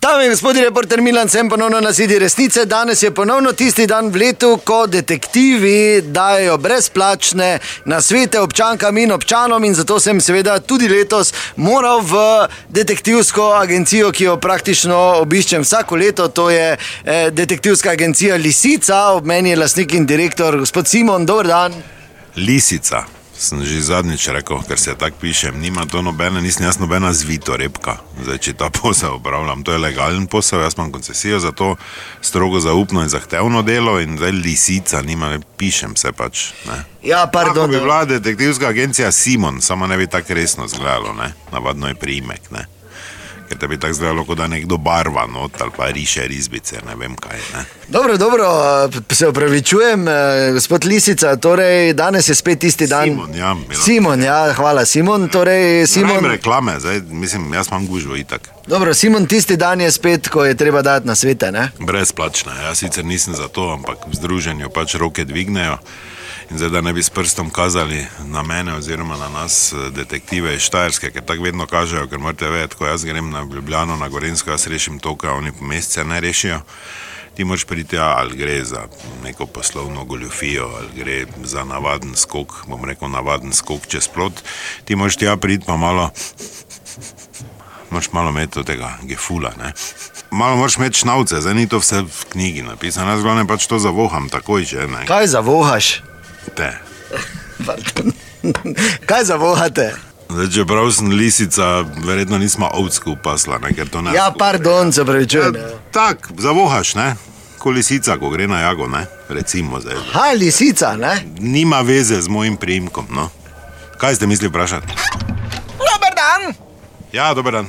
Tam je gospodin reporter Milan, sem ponovno na sedi resnice. Danes je ponovno tisti dan v letu, ko detektivi dajo brezplačne nasvete občankam in občanom, in zato sem seveda tudi letos moral v detektivsko agencijo, ki jo praktično obiščem vsako leto. To je eh, detektivska agencija Lisica, ob meni je lastnik in direktor gospod Simon, dober dan. Lisica. Sem že zadnjič rekel, ker se tako pišem, nima to nobene, nisem jaz nobena zvito repka. Zdaj, če ta posel opravljam, to je legalen posel, jaz imam koncesijo za to strogo zaupno in zahtevno delo in zdaj lisica, nima, ne pišem se pač. Ne. Ja, Tako pardon. bi bila detektivska agencija Simon, samo ne bi tako resno zgledalo, ne? navadno je priimek. Ne? Ker te bi tako zgledalo, kot da nekdo barva not ali pa riše risbice, ne vem kaj. Ne? Dobro, dobro, eh, se upravičujem, eh, gospod Lisica. Torej, danes je spet tisti dan. Simon, ja, Milan. Simon, ja hvala, Simon. Torej, Simon... Simon, Reklame, zdaj, mislim, jaz imam gužvo itak. dobro, Simon, tisti dan je spet, ko je treba dati na svete. Ne? Brezplačna. Jaz sicer nisem za to, ampak v združenju pač roke dvignejo. In zdaj, da ne bi s prstom kazali na mene, oziroma na nas, eh, detektive iz Štajerske, ker tako vedno kažejo, ker morate vedeti, ko jaz grem na Ljubljano, na Gorensko, jaz rešim to, kar oni po mesece ne rešijo. Ti moraš priti, ja, ali gre za neko poslovno goljofijo, ali gre za navaden skok, bom rekel, navaden skok čez plot. Ti moraš tja priti, pa malo moraš malo imeti od tega gefula. Ne? Malo moraš imeti šnavce, zdaj ni to vse v knjigi napisano, jaz glavno pač to zavoham takoj, že ne. Kaj zavohaš? Te. Pardon. Kaj zavohate? Zdaj, čeprav sem lisica, verjetno nismo ovcku pasla, ne, ker to ne. Ja, pardon, se upravičujem. Tak, zavohaš, ne? Ko lisica, ko gre na jago, ne? Recimo zdaj. Ha, lisica, ne? Nima veze z mojim priimkom, no. Kaj ste mislili vprašati? Dober dan, Ja, dober dan.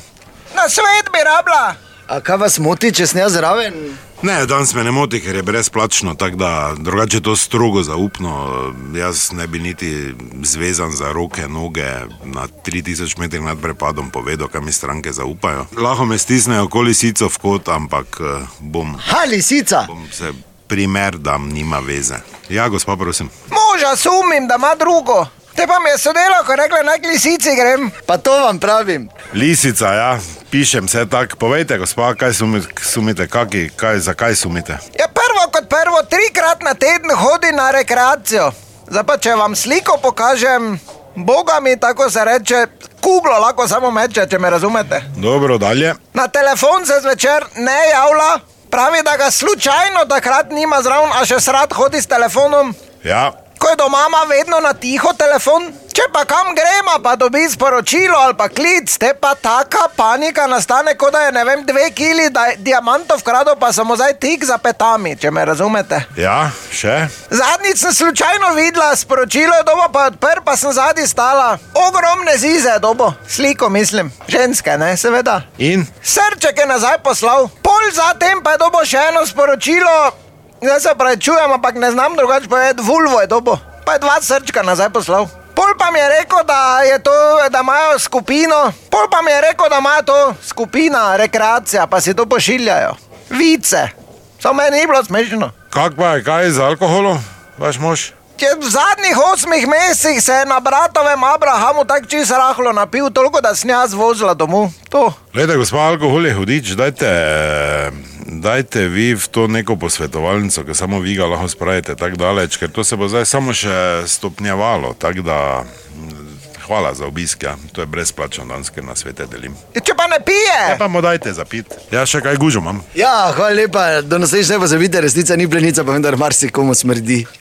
na svet bi rabila. A kaj vas moti, če snja zraven? Ne, danes me ne moti, ker je brezplačno, tako da drugače je to strogo zaupno. Jaz ne bi niti zvezan za roke, noge na 3000 metrih nad prepadom povedal, kaj mi stranke zaupajo. Lahko me stisnejo okoli sico v kot, ampak eh, bom, Ha, lisica. bom se primer, da nima veze. Ja, gospa, prosim. Moža sumim, da ima drugo. Te pa mi je sodelavka rekla, naj k lisici grem. Pa to vam pravim. Lisica, ja, pišem se tako. Povejte, gospa, kaj sumite, sumite kaki, kaj, zakaj sumite? Ja, prvo kot prvo, trikrat na teden hodi na rekreacijo. Zdaj pa, če vam sliko pokažem, Boga mi tako se reče, kuglo lahko samo meče, če me razumete. Dobro, dalje. Na telefon se zvečer ne javlja, pravi, da ga slučajno takrat nima zraven, a še srat hodi s telefonom. Ja, Ko je doma, ima vedno na tiho telefon, če pa kam gremo, pa dobi sporočilo ali pa klic, te pa taka panika nastane, kot da je ne vem, dve kili da je diamantov krado, pa samo zdaj tik za petami, če me razumete. ja, še. Zadnjič sem slučajno videla sporočilo, je dobo pa odprl, pa sem zadnji stala. Ogromne zize je dobo, sliko mislim, ženske, ne, seveda. In? Srček je nazaj poslal, pol zatem pa je dobo še eno sporočilo, zdaj se prečujem, ampak ne znam drugače povedati, vulvo je dobo, pa je dva srčka nazaj poslal. Pol pa mi je rekel, da, je to, da imajo skupino, pol pa mi je rekel, da ima to skupina, rekreacija, pa si to pošiljajo. Vice, samo meni ni bilo smešno. Kak pa je kaj z alkoholom, vaš mož? Če v zadnjih osmih mesecih se je na bratovem Abrahamu tako čisto rahlo napil, toliko da sem jaz vozila domov. To. Glede, gospa, alkohol je hudič, dajte, dajte vi v to neko posvetovalnico, ki samo vi ga lahko spravite tako daleč, ker to se bo zdaj samo še stopnjevalo. Tako da, mm, hvala za obisk, ja. to je brezplačno danes, ker na svete delim. Če pa ne pije. Ja, pa mu dajte zapit. Ja, še kaj gužo imam. Ja, hvala lepa. Do naslednjič ne pozabite, resnica ni plenica, pa vendar marsikomu smrdi.